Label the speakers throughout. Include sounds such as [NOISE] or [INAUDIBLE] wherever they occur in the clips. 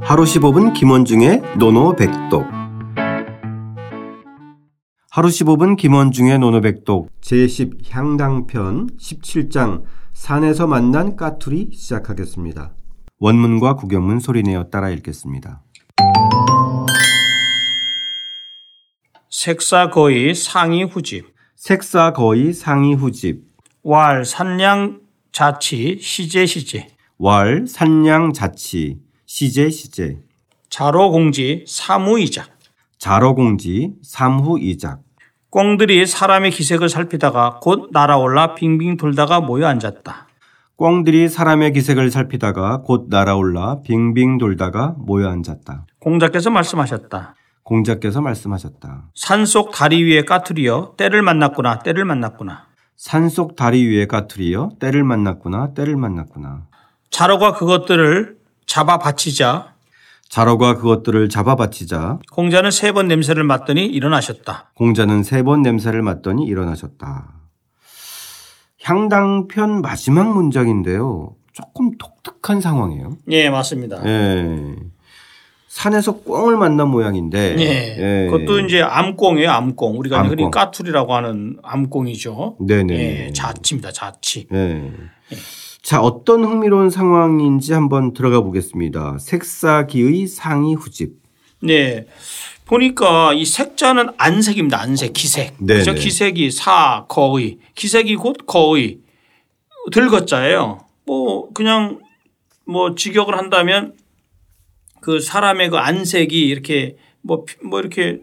Speaker 1: 하루 15분 김원중의 노노백독 하루 15분 김원중의 노노백독 제10향당편 17장 산에서 만난 까투리 시작하겠습니다. 원문과 구경문 소리내어 따라 읽겠습니다.
Speaker 2: 색사 거의 상이 후집
Speaker 1: 색사 거의 상이 후집
Speaker 2: 왈 산량 자치 시제 시제
Speaker 1: 왈 산량 자치 시제 시제
Speaker 2: 자로 공지 사무이자
Speaker 1: 자로공지 삼후이작
Speaker 2: 꽁들이 사람의 기색을 살피다가 곧 날아올라 빙빙 돌다가 모여 앉았다.
Speaker 1: 꿩들이 사람의 기색을 살피다가 곧 날아올라 빙빙 돌다가 모여 앉았다.
Speaker 2: 공자께서 말씀하셨다.
Speaker 1: 공자께서 말씀하셨다.
Speaker 2: 산속 다리 위에 까투리여 때를 만났구나 때를 만났구나.
Speaker 1: 산속 다리 위에 까투리여 때를 만났구나 때를 만났구나.
Speaker 2: 자로가 그것들을 잡아 바치자
Speaker 1: 자로가 그것들을 잡아 바치자
Speaker 2: 공자는 세 번 냄새를 맡더니 일어나셨다.
Speaker 1: 공자는 세 번 냄새를 맡더니 일어나셨다. 향당편 마지막 문장인데요. 조금 독특한 상황이에요.
Speaker 2: 예 맞습니다.
Speaker 1: 예. 산에서 꿩을 만난 모양인데
Speaker 2: 예.
Speaker 1: 예.
Speaker 2: 그것도 이제 암꽁이에요, 암꽁. 우리가
Speaker 1: 암꽁.
Speaker 2: 흔히 까투리라고 하는 암꽁이죠.
Speaker 1: 네네.
Speaker 2: 예, 자치입니다, 자치.
Speaker 1: 예. 자, 어떤 흥미로운 상황인지 한번 들어가 보겠습니다. 색사기의 상이 후집.
Speaker 2: 네. 보니까 이 색자는 안색입니다, 안색, 기색.
Speaker 1: 네네.
Speaker 2: 그죠? 기색이 사, 거의. 기색이 곧 거의. 들것자예요. 뭐, 그냥 뭐 직역을 한다면 그 사람의 그 안색이 이렇게 뭐, 피- 뭐 이렇게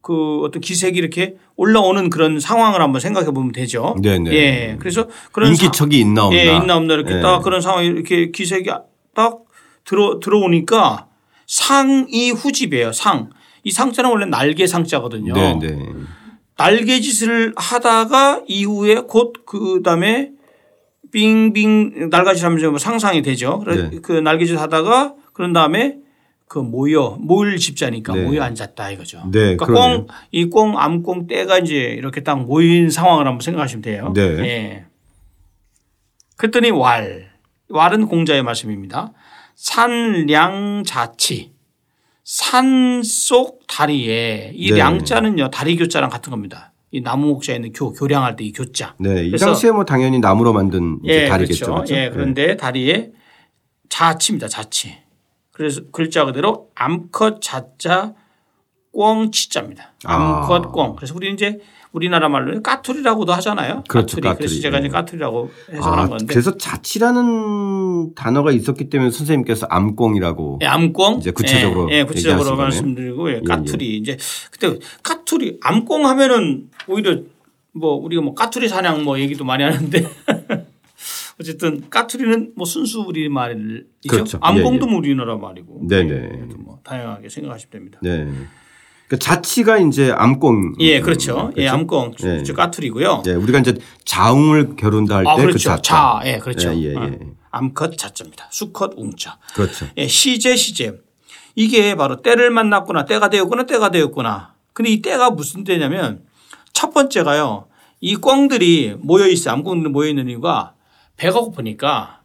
Speaker 2: 그 어떤 기색이 이렇게 올라오는 그런 상황을 한번 생각해 보면 되죠.
Speaker 1: 네네.
Speaker 2: 예. 그래서 그런 사-
Speaker 1: 인기척이 있나 없나.
Speaker 2: 예, 있나 없나 이렇게
Speaker 1: 예.
Speaker 2: 딱 그런 상황이 이렇게 기색이 딱 들어 들어오니까 상이 후집이에요. 상. 이 상자는 원래 날개 상자거든요.
Speaker 1: 네네.
Speaker 2: 날개짓을 하다가 이후에 곧 그다음에 빙빙 날개짓하면서 뭐 상상이 되죠. 그래-
Speaker 1: 네.
Speaker 2: 그 날개짓 하다가 그런 다음에 그 모여 모일 집자니까
Speaker 1: 네.
Speaker 2: 모여 앉았다 이거죠.
Speaker 1: 네,
Speaker 2: 그러니까
Speaker 1: 그러네요.
Speaker 2: 꽁, 이꽁 암꽁 때가 이제 이렇게 딱 모인 상황을 한번 생각하시면 돼요.
Speaker 1: 네.
Speaker 2: 예. 그랬더니 왈. 왈은 공자의 말씀입니다. 산량자치. 산 속 다리에 이
Speaker 1: 네.
Speaker 2: 량자는요 다리 교자랑 같은 겁니다. 이 나무 목자에 있는 교 교량할 때 이 교자.
Speaker 1: 네. 이
Speaker 2: 그래서-
Speaker 1: 당시에 뭐 당연히 나무로 만든 이제
Speaker 2: 예,
Speaker 1: 다리겠죠.
Speaker 2: 그렇죠.
Speaker 1: 그렇죠?
Speaker 2: 예, 그런데 다리에 자치입니다. 자치. 그래서 글자 그대로 암컷 자자 꽁 치자입니다. 암컷
Speaker 1: 아.
Speaker 2: 꽁. 그래서 우리 이제 우리나라 말로는 까투리라고도 하잖아요.
Speaker 1: 그렇죠,
Speaker 2: 까투리. 그래서
Speaker 1: 까투리.
Speaker 2: 제가
Speaker 1: 예.
Speaker 2: 이제 까투리라고 해석한
Speaker 1: 아,
Speaker 2: 건데.
Speaker 1: 그래서 자치라는 단어가 있었기 때문에 선생님께서 암꽁이라고
Speaker 2: 예, 암꽁.
Speaker 1: 이제 구체적으로
Speaker 2: 예, 예, 구체적으로
Speaker 1: 얘기하신 거네요.
Speaker 2: 말씀드리고 예,
Speaker 1: 예.
Speaker 2: 까투리 이제 그때 까투리 암꽁 하면은 오히려 뭐 우리가 뭐 까투리 사냥 뭐 얘기도 많이 하는데 [LAUGHS] 어쨌든 까투리는 뭐 순수 우리 말이죠.
Speaker 1: 그렇죠.
Speaker 2: 암꽁도 뭐 우리나라 말이고.
Speaker 1: 네네.
Speaker 2: 예, 뭐 다양하게 생각하시면 됩니다.
Speaker 1: 네. 그 자치가 이제 암꽁.
Speaker 2: 예, 그렇죠. 예, 암꽁
Speaker 1: 음, 예.
Speaker 2: 저 까투리고요.
Speaker 1: 예, 우리가 이제 자웅을 겨룬다 할 때
Speaker 2: 아,
Speaker 1: 그
Speaker 2: 그렇죠.
Speaker 1: 자자.
Speaker 2: 자, 예, 그렇죠.
Speaker 1: 예, 예, 예.
Speaker 2: 어. 암컷 자자입니다. 수컷 웅자.
Speaker 1: 그렇죠.
Speaker 2: 예, 시제 시제. 이게 바로 때를 만났구나 때가 되었구나 때가 되었구나. 근데 이 때가 무슨 때냐면 첫 번째가요. 이 꿩들이 모여 있어 암꽁들이 모여 있는 이유가 배가 고프니까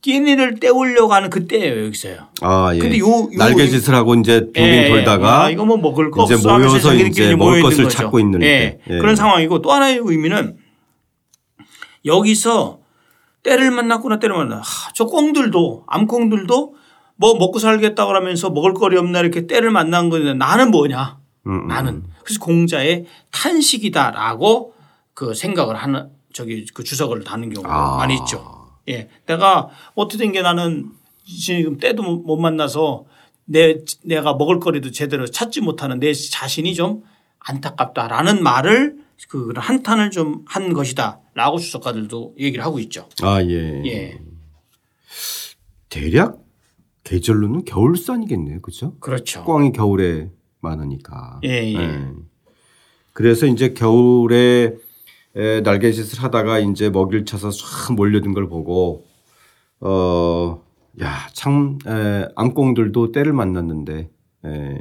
Speaker 2: 끼니를 때우려고 하는 그 때예요 여기서요.
Speaker 1: 아, 예.
Speaker 2: 근데 요- 요-
Speaker 1: 날개짓을 하고 이제 빙빙
Speaker 2: 예, 예.
Speaker 1: 돌다가
Speaker 2: 야, 이거 뭐 먹을 거
Speaker 1: 이제
Speaker 2: 없어 하면서
Speaker 1: 모여서
Speaker 2: 자기들끼리
Speaker 1: 이제 먹을
Speaker 2: 모여있는
Speaker 1: 것을
Speaker 2: 거죠.
Speaker 1: 찾고 있는
Speaker 2: 예,
Speaker 1: 때. 예.
Speaker 2: 그런 상황이고 또 하나의 의미는 여기서 때를 만났구나 때를 만나 하, 저 꽁들도 암꽁들도 뭐 먹고 살겠다 그러면서 먹을 거리 없나 이렇게 때를 만난 건데 나는 뭐냐
Speaker 1: 음, 음.
Speaker 2: 나는 그래서 공자의 탄식이다라고 그 생각을 하는 저기 그 주석을 다는 경우가
Speaker 1: 아.
Speaker 2: 많이 있죠. 예, 내가 어떻게 된 게 나는 지금 때도 못 만나서 내 내가 먹을거리도 제대로 찾지 못하는 내 자신이 좀 안타깝다라는 말을 그 한탄을 좀 한 것이다라고 주석가들도 얘기를 하고 있죠.
Speaker 1: 아, 예.
Speaker 2: 예,
Speaker 1: 대략 계절로는 겨울산이겠네요. 그렇죠?
Speaker 2: 그렇죠.
Speaker 1: 꽝이 겨울에 많으니까. 네.
Speaker 2: 예, 예.
Speaker 1: 그래서 이제 겨울에 에, 날개짓을 하다가 이제 먹이를 쳐서 쫙 몰려든 걸 보고 어, 야, 참 에, 암꽁들도 때를 만났는데 에,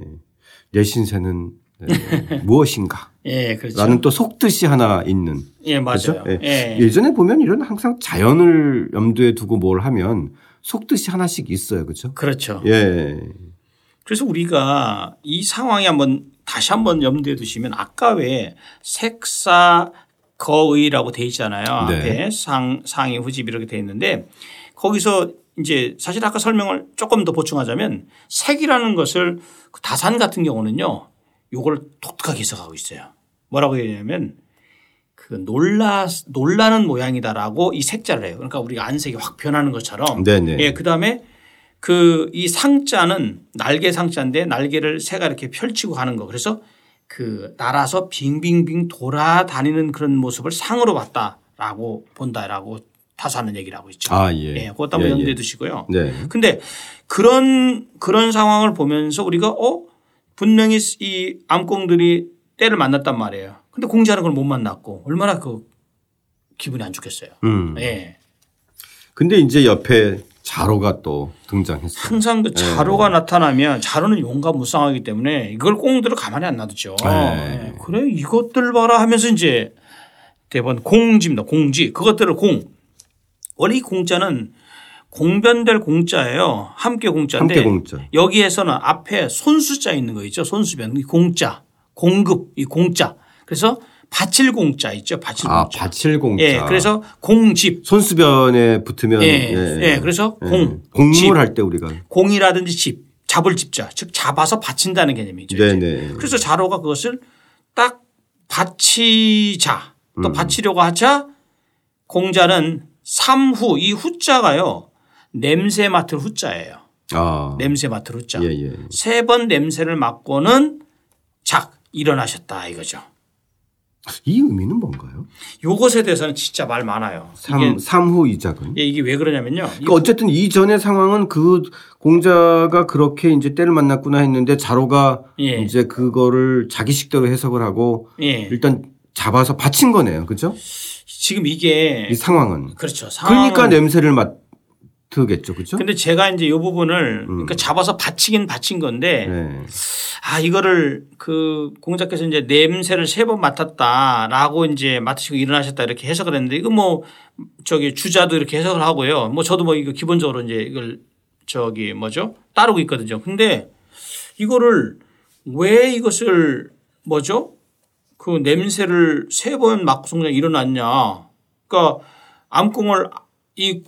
Speaker 1: 내 신세는
Speaker 2: [LAUGHS]
Speaker 1: 에, 무엇인가?
Speaker 2: 예, 그렇죠.
Speaker 1: 라는 또 속뜻이 하나 있는
Speaker 2: 예,
Speaker 1: 그렇죠?
Speaker 2: 맞아요.
Speaker 1: 예.
Speaker 2: 예.
Speaker 1: 예전에 보면 이런 항상 자연을 염두에 두고 뭘 하면 속뜻이 하나씩 있어요. 그렇죠?
Speaker 2: 그렇죠.
Speaker 1: 예.
Speaker 2: 그래서 우리가 이 상황에 한번 다시 한번 염두에 두시면 아까 왜 색사 거의라고 돼 있잖아요.
Speaker 1: 네.
Speaker 2: 앞에 상, 상위 후집 이렇게 돼 있는데 거기서 이제 사실 아까 설명을 조금 더 보충하자면 색이라는 것을 그 다산 같은 경우는요 요걸 독특하게 해석하고 있어요. 뭐라고 얘기하냐면 그 놀라 놀라는 모양이다라고 이 색자를 해요. 그러니까 우리가 안색이 확 변하는 것처럼.
Speaker 1: 네네.
Speaker 2: 예, 그다음에 그 이 상자는 날개 상자인데 날개를 새가 이렇게 펼치고 가는 거. 그래서 그 날아서 빙빙빙 돌아다니는 그런 모습을 상으로 봤다라고 본다라고 타사는 얘기를 하고 있죠.
Speaker 1: 아, 예.
Speaker 2: 그것도 한번
Speaker 1: 예,
Speaker 2: 염두에
Speaker 1: 예.
Speaker 2: 두시고요.
Speaker 1: 네.
Speaker 2: 근데 그런 그런 상황을 보면서 우리가 어 분명히 이 암꽁들이 때를 만났단 말이에요. 근데 공자는 그걸 못 만났고 얼마나 그 기분이 안 좋겠어요.
Speaker 1: 음.
Speaker 2: 예.
Speaker 1: 근데 이제 옆에 자로가 또 등장했어요.
Speaker 2: 항상 그 자로가 나타나면 자로는 용감 무쌍하기 때문에 이걸 꽁들을 가만히 안 놔두죠.
Speaker 1: 네.
Speaker 2: 예. 그래 이것들 봐라 하면서 이제 대번 공지입니다. 공지 그것들을 공 원래 이 공자는 공변될 공자예요. 함께 공자인데
Speaker 1: 함께 공짜.
Speaker 2: 여기에서는 앞에 손수자 있는 거 있죠. 손수변 이 공자, 공급 이 공자. 그래서 바칠 공자 있죠. 바칠
Speaker 1: 아,
Speaker 2: 공자.
Speaker 1: 바칠 공짜.
Speaker 2: 예, 그래서 공집.
Speaker 1: 손수변에 붙으면
Speaker 2: 예, 예, 그래서 공, 집.
Speaker 1: 공물 할 때 우리가
Speaker 2: 공이라든지 집, 잡을 집자, 즉 잡아서 바친다는 개념이죠. 이제.
Speaker 1: 네네.
Speaker 2: 그래서 자로가 그것을 딱 바치자,
Speaker 1: 음.
Speaker 2: 또 바치려고 하자 공자는 삼후 이 후자가요 냄새 맡을 후자예요.
Speaker 1: 아.
Speaker 2: 냄새 맡을 후자.
Speaker 1: 예, 예.
Speaker 2: 세 번 냄새를 맡고는 작 일어나셨다 이거죠.
Speaker 1: 이 의미는 뭔가요?
Speaker 2: 요것에 대해서는 진짜 말 많아요.
Speaker 1: 삼
Speaker 2: 이게,
Speaker 1: 삼후 이작은.
Speaker 2: 예, 이게 왜 그러냐면요. 이-
Speaker 1: 그러니까 어쨌든 이전의 상황은 그 공자가 그렇게 이제 때를 만났구나 했는데 자로가
Speaker 2: 예.
Speaker 1: 이제 그거를 자기식대로 해석을 하고
Speaker 2: 예.
Speaker 1: 일단 잡아서 바친 거네요. 그죠?
Speaker 2: 지금 이게
Speaker 1: 이 상황은.
Speaker 2: 그렇죠.
Speaker 1: 그러니까
Speaker 2: 상황은
Speaker 1: 냄새를 맡으겠죠. 그죠? 음.
Speaker 2: 근데 제가 이제 이 부분을 그러니까 잡아서 받치긴 받친 건데
Speaker 1: 네.
Speaker 2: 아 이거를 그 공작께서 이제 냄새를 세 번 맡았다라고 이제 맡으시고 일어나셨다 이렇게 해석을 했는데 이거 뭐 저기 주자도 이렇게 해석을 하고요. 뭐 저도 뭐 이거 기본적으로 이제 이걸 저기 뭐죠 따르고 있거든요. 근데 이거를 왜 이것을 뭐죠 그 냄새를 세 번 맡고 성장 일어났냐. 그러니까 암콩을 이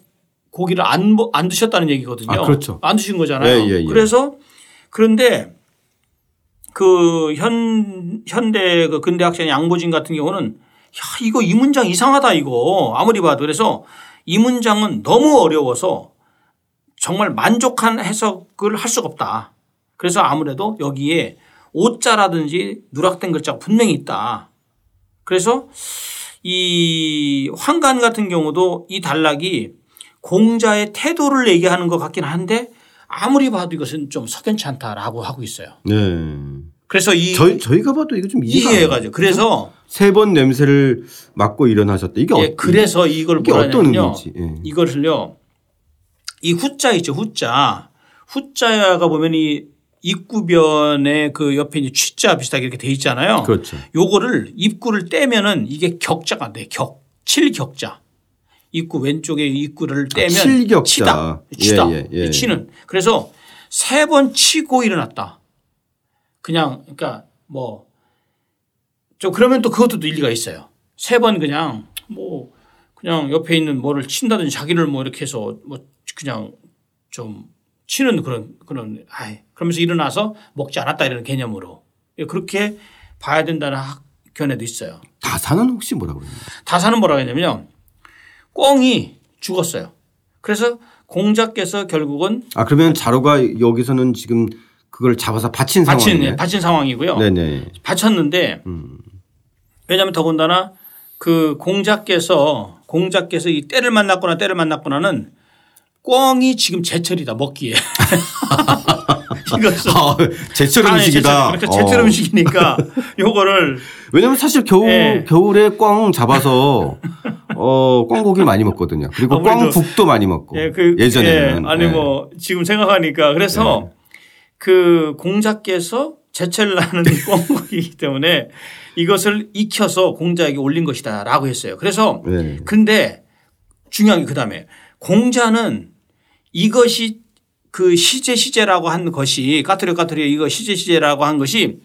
Speaker 2: 고기를 안, 먹- 안 드셨다는 얘기거든요.
Speaker 1: 아, 그렇죠.
Speaker 2: 안 드신 거잖아요.
Speaker 1: 예, 예, 예.
Speaker 2: 그래서 그런데 그 현, 현대 그 근대학생 양보진 같은 경우는 야, 이거 이 문장 이상하다 이거 아무리 봐도 그래서 이 문장은 너무 어려워서 정말 만족한 해석을 할 수가 없다. 그래서 아무래도 여기에 오자라든지 누락된 글자가 분명히 있다. 그래서 이 황간 같은 경우도 이 단락이 공자의 태도를 얘기하는 것 같긴 한데 아무리 봐도 이것은 좀 석연치 않다라고 하고 있어요.
Speaker 1: 네.
Speaker 2: 그래서 이
Speaker 1: 저희 저희가 봐도 이거 좀 이해가 안 가요.
Speaker 2: 이해해가지고 그래서
Speaker 1: 세 번 냄새를 맡고 일어나셨다. 이게
Speaker 2: 예,
Speaker 1: 어,
Speaker 2: 그래서 이걸
Speaker 1: 이게
Speaker 2: 뭐라
Speaker 1: 어떤
Speaker 2: 하냐면요.
Speaker 1: 의미인지. 예.
Speaker 2: 이것을요. 이 후자 있죠. 후자. 후자가 보면 이 입구변에 그 옆에 이제 취자 비슷하게 이렇게 돼 있잖아요.
Speaker 1: 그렇죠.
Speaker 2: 요거를 입구를 떼면은 이게 격자가 돼. 격. 칠격자. 입구 왼쪽에 입구를 떼면
Speaker 1: 아, 칠격자.
Speaker 2: 치다.
Speaker 1: 예,
Speaker 2: 치다.
Speaker 1: 예, 예.
Speaker 2: 이 치는. 그래서 세 번 치고 일어났다. 그냥 그러니까 뭐 저 그러면 또 그것도 또 일리가 있어요. 세 번 그냥 뭐 그냥 옆에 있는 뭐를 친다든지 자기를 뭐 이렇게 해서 뭐 그냥 좀 치는 그런 그런 아이 그러면서 일어나서 먹지 않았다 이런 개념으로 예, 그렇게 봐야 된다는 학- 견해도 있어요.
Speaker 1: 다산은 혹시 뭐라고 그러나요?
Speaker 2: 다사는 뭐라고 했냐면요. 꽁이 죽었어요. 그래서 공자께서 결국은
Speaker 1: 아 그러면 자로가 여기서는 지금 그걸 잡아서 바친
Speaker 2: 바친 예,
Speaker 1: 상황이네.
Speaker 2: 바친 상황이고요. [LAUGHS]
Speaker 1: 네네. 음.
Speaker 2: 바쳤는데 왜냐하면 더군다나 그 공자께서 공자께서 이 때를 만났거나 때를 만났거나는 꿩이 지금 제철이다 먹기에 [LAUGHS] 이것은
Speaker 1: [LAUGHS] 아, 제철
Speaker 2: 아, 예,
Speaker 1: 음식이다.
Speaker 2: 제철, 그러니까 제철
Speaker 1: 어.
Speaker 2: 음식이니까 [LAUGHS] 요거를
Speaker 1: 왜냐면 사실 겨울
Speaker 2: 예.
Speaker 1: 겨울에 꽝 잡아서 [LAUGHS] 어 꽝고기 많이 먹거든요. 그리고
Speaker 2: 아무래도-
Speaker 1: 꽝국도 많이 먹고
Speaker 2: 예, 그,
Speaker 1: 예전에는 네.
Speaker 2: 예, 아니 뭐 지금 생각하니까 그래서 그 공자께서 제철 나는 [LAUGHS] 꿩이기 때문에 이것을 익혀서 공자에게 올린 것이다라고 했어요. 그래서
Speaker 1: 예. 네.
Speaker 2: 근데 중요한 게 그다음에 공자는 이것이 그 시제 시제라고 한 것이 까트려 까트려 이거 시제 시제라고 한 것이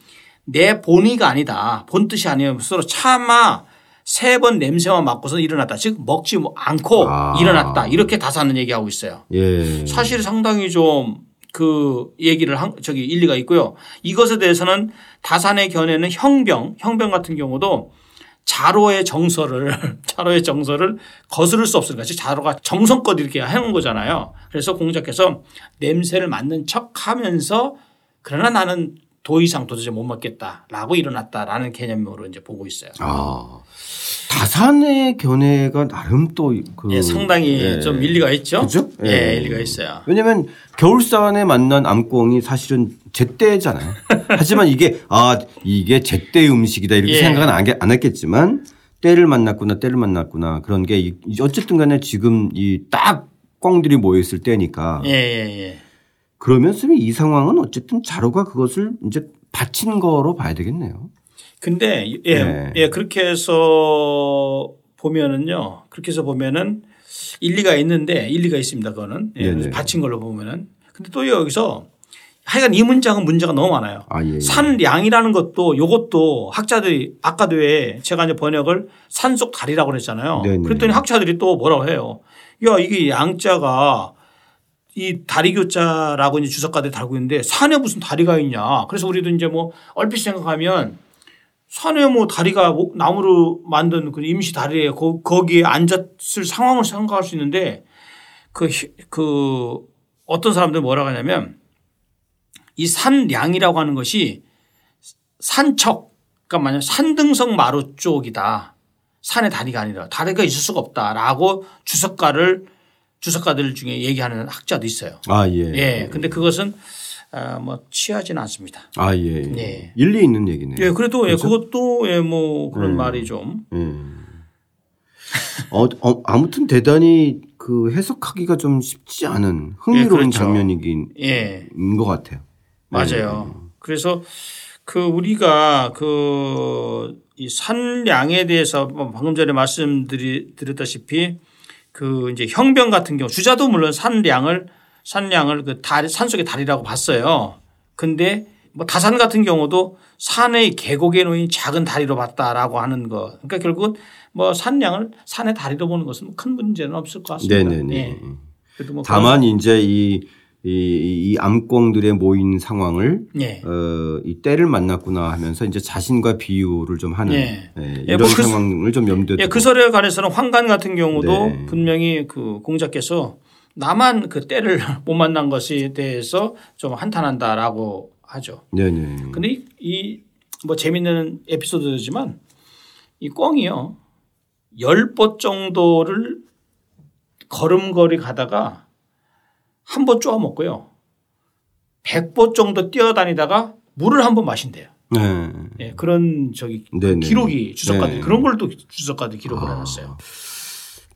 Speaker 2: 내 본의가 아니다. 본 뜻이 아니면서 차마 세 번 냄새만 맡고서 일어났다. 즉 먹지 뭐 않고
Speaker 1: 아.
Speaker 2: 일어났다. 이렇게 다사는 얘기하고 있어요.
Speaker 1: 예.
Speaker 2: 사실 상당히 좀 그 얘기를 한 저기 일리가 있고요. 이것에 대해서는 다산의 견해는 형병, 형병 같은 경우도 자로의 정서를 [LAUGHS] 자로의 정서를 거스를 수 없으니까 즉 자로가 정성껏 이렇게 해온 거잖아요. 그래서 공작께서 냄새를 맡는 척하면서 그러나 나는 도 이상 도저히 못 맡겠다라고 일어났다라는 개념으로 이제 보고 있어요.
Speaker 1: 아 다산의 견해가 나름 또그
Speaker 2: 예, 상당히 좀 일리가 있죠.
Speaker 1: 음. 그죠?
Speaker 2: 예,
Speaker 1: 예.
Speaker 2: 일리가 있어요.
Speaker 1: 왜냐면 겨울산에 만난 암꽁이 사실은
Speaker 2: [LAUGHS]
Speaker 1: 제때잖아요. 하지만 이게 아 이게 제때 음식이다 이렇게
Speaker 2: 예.
Speaker 1: 생각은 안, 안 했겠지만 때를 만났구나 때를 만났구나 그런 게 이- 어쨌든간에 지금 이 딱 꽝들이 모여 있을 때니까
Speaker 2: 예, 예, 예.
Speaker 1: 그러면 쓰면 이 상황은 어쨌든 자로가 그것을 이제 바친 거로 봐야 되겠네요.
Speaker 2: 근데 예,
Speaker 1: 네.
Speaker 2: 예 그렇게 해서 보면은요 그렇게 해서 보면은 일리가 있는데 일리가 있습니다 그거는 예,
Speaker 1: 네네.
Speaker 2: 그래서 받친 걸로 보면은 근데 또 여기서 하여간 이 문장은 문제가 너무 많아요.
Speaker 1: 아 예. 예.
Speaker 2: 산량이라는 것도 요것도 학자들이 아까도 왜 제가 이제 번역을 산속 다리라고 그랬잖아요.
Speaker 1: 네네.
Speaker 2: 그랬더니 학자들이 또 뭐라고 해요. 야 이게 양자가 이 다리교자라고 이제 주석가들이 달고 있는데 산에 무슨 다리가 있냐. 그래서 우리도 이제 뭐 얼핏 생각하면 산에 뭐 다리가 뭐 나무로 만든 그 임시 다리에 거, 거기에 앉았을 상황을 생각할 수 있는데 그, 히- 그 어떤 사람들 뭐라고 하냐면 이 산량이라고 하는 것이 산척 그러니까 만약 산등성 마루 쪽이다 산의 다리가 아니라 다리가 있을 수가 없다라고 주석가를 주석가들 중에 얘기하는 학자도 있어요.
Speaker 1: 아 예.
Speaker 2: 예, 근데 그것은 아, 뭐 취하지는 않습니다.
Speaker 1: 아 예.
Speaker 2: 예.
Speaker 1: 일리 있는 얘기네요.
Speaker 2: 예, 그래도 예, 그것도 예, 뭐 그런
Speaker 1: 음.
Speaker 2: 말이 좀
Speaker 1: 예. 어, 어, 아무튼 대단히 그 해석하기가 좀 쉽지 않은 흥미로운
Speaker 2: 예, 그렇죠.
Speaker 1: 장면이긴
Speaker 2: 예,
Speaker 1: 것 같아요. 음.
Speaker 2: 맞아요. 그래서 그 우리가 그 이 산량에 대해서 방금 전에 말씀드렸다시피 그 이제 형병 같은 경우 주자도 물론 산량을 산량을 그 다리 산속의 다리라고 봤어요. 근데 뭐 다산 같은 경우도 산의 계곡에 놓인 작은 다리로 봤다라고 하는 거. 그러니까 결국은 뭐 산량을 산의 다리로 보는 것은 큰 문제는 없을 것 같습니다.
Speaker 1: 네네네. 음.
Speaker 2: 예. 그래도 뭐
Speaker 1: 다만 이제 이, 이, 이 암꽁들의 모인 상황을
Speaker 2: 그런- 예.
Speaker 1: 어, 이 때를 만났구나 하면서 이제 자신과 비유를 좀 하는
Speaker 2: 예.
Speaker 1: 예, 이런
Speaker 2: 예, 뭐 그-
Speaker 1: 상황을 좀 염두에
Speaker 2: 예,
Speaker 1: 두고
Speaker 2: 그 설에 관해서는 환관 같은 경우도
Speaker 1: 네.
Speaker 2: 분명히 그 공자께서 나만 그 때를 [LAUGHS] 못 만난 것에 대해서 좀 한탄한다라고 하죠.
Speaker 1: 네네.
Speaker 2: 근데 이 뭐 재밌는 에피소드지만 이 꿩이요 열 번 정도를 걸음걸이 가다가 한 번 쪼아 먹고요 백 번 정도 뛰어다니다가 물을 한 번 마신대요.
Speaker 1: 네.
Speaker 2: 예, 그런 저기
Speaker 1: 음. 네네. 아.
Speaker 2: 기록이 주석가들
Speaker 1: 네.
Speaker 2: 그런 걸 또 주석가들 기록을 해놨어요.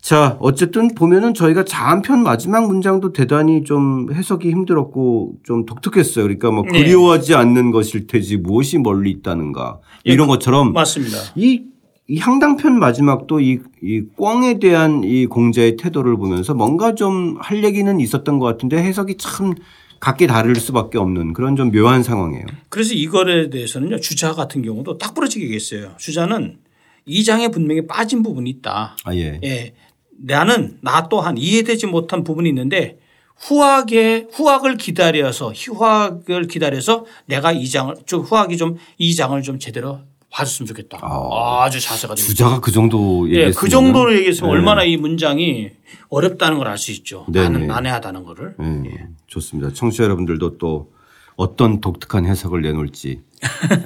Speaker 1: 자, 어쨌든 보면은 저희가 자한편 마지막 문장도 대단히 좀 해석이 힘들었고 좀 독특했어요. 그러니까 뭐
Speaker 2: 네.
Speaker 1: 그리워하지 않는 것일 테지 무엇이 멀리 있다는가
Speaker 2: 예,
Speaker 1: 이런 것처럼
Speaker 2: 맞습니다.
Speaker 1: 이, 이 향당편 마지막도 이, 이 꽝에 대한 이 공자의 태도를 보면서 뭔가 좀 할 얘기는 있었던 것 같은데 해석이 참 각기 다를 수밖에 없는 그런 좀 묘한 상황이에요.
Speaker 2: 그래서 이거에 대해서는요 주자 같은 경우도 딱 부러지게 얘기했어요. 주자는 이 장에 분명히 빠진 부분이 있다.
Speaker 1: 아, 예.
Speaker 2: 예. 나는 나 또한 이해되지 못한 부분이 있는데 후학에 후학을 기다려서 후학을 기다려서 내가 이 장을 좀 후학이 좀 이 장을 좀 제대로 봐줬으면 좋겠다.
Speaker 1: 아.
Speaker 2: 아주 자세가 돼.
Speaker 1: 주자가 그 정도
Speaker 2: 예,
Speaker 1: 얘기했으면
Speaker 2: 그 정도로 얘기했으면 얼마나 이 문장이 어렵다는 걸 알 수 있죠.
Speaker 1: 네네.
Speaker 2: 나는 난해하다는 거를.
Speaker 1: 예, 좋습니다. 청취자 여러분들도 또 어떤 독특한 해석을 내놓을지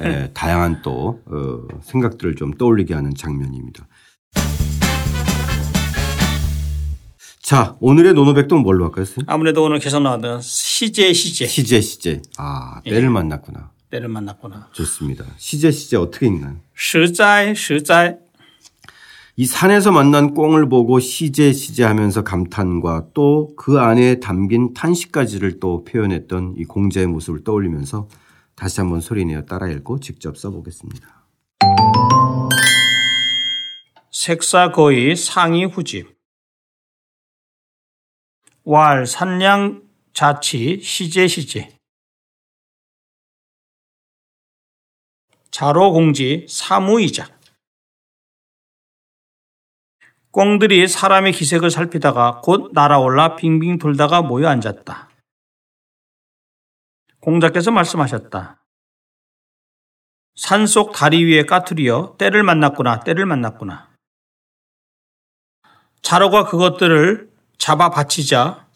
Speaker 1: 예, 다양한 또 어, 생각들을 좀 떠올리게 하는 장면입니다. 자, 오늘의 노노백동 뭘로 할까요? 선생님?
Speaker 2: 아무래도 오늘 계속 나왔던 시제 시제
Speaker 1: 시제 시제. 아, 때를 만났구나.
Speaker 2: 때를 만났구나.
Speaker 1: 좋습니다. 시제 시제 어떻게 읽나요?
Speaker 2: 实在实在
Speaker 1: 이 산에서 만난 꽁을 보고 시제 시제 하면서 감탄과 또 그 안에 담긴 탄식까지를 또 표현했던 이 공자의 모습을 떠올리면서 다시 한번 소리내어 따라 읽고 직접 써보겠습니다.
Speaker 2: 색사 거의 상이 후집 왈 산량 자치, 시제, 시제. 자로공지, 사무이자. 꽁들이 사람의 기색을 살피다가 곧 날아올라 빙빙 돌다가 모여 앉았다. 공자께서 말씀하셨다. 산속 다리 위에 까투리여 때를 만났구나 때를 만났구나. 자로가 그것들을 잡아 바치자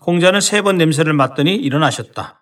Speaker 2: 공자는 세 번 냄새를 맡더니 일어나셨다.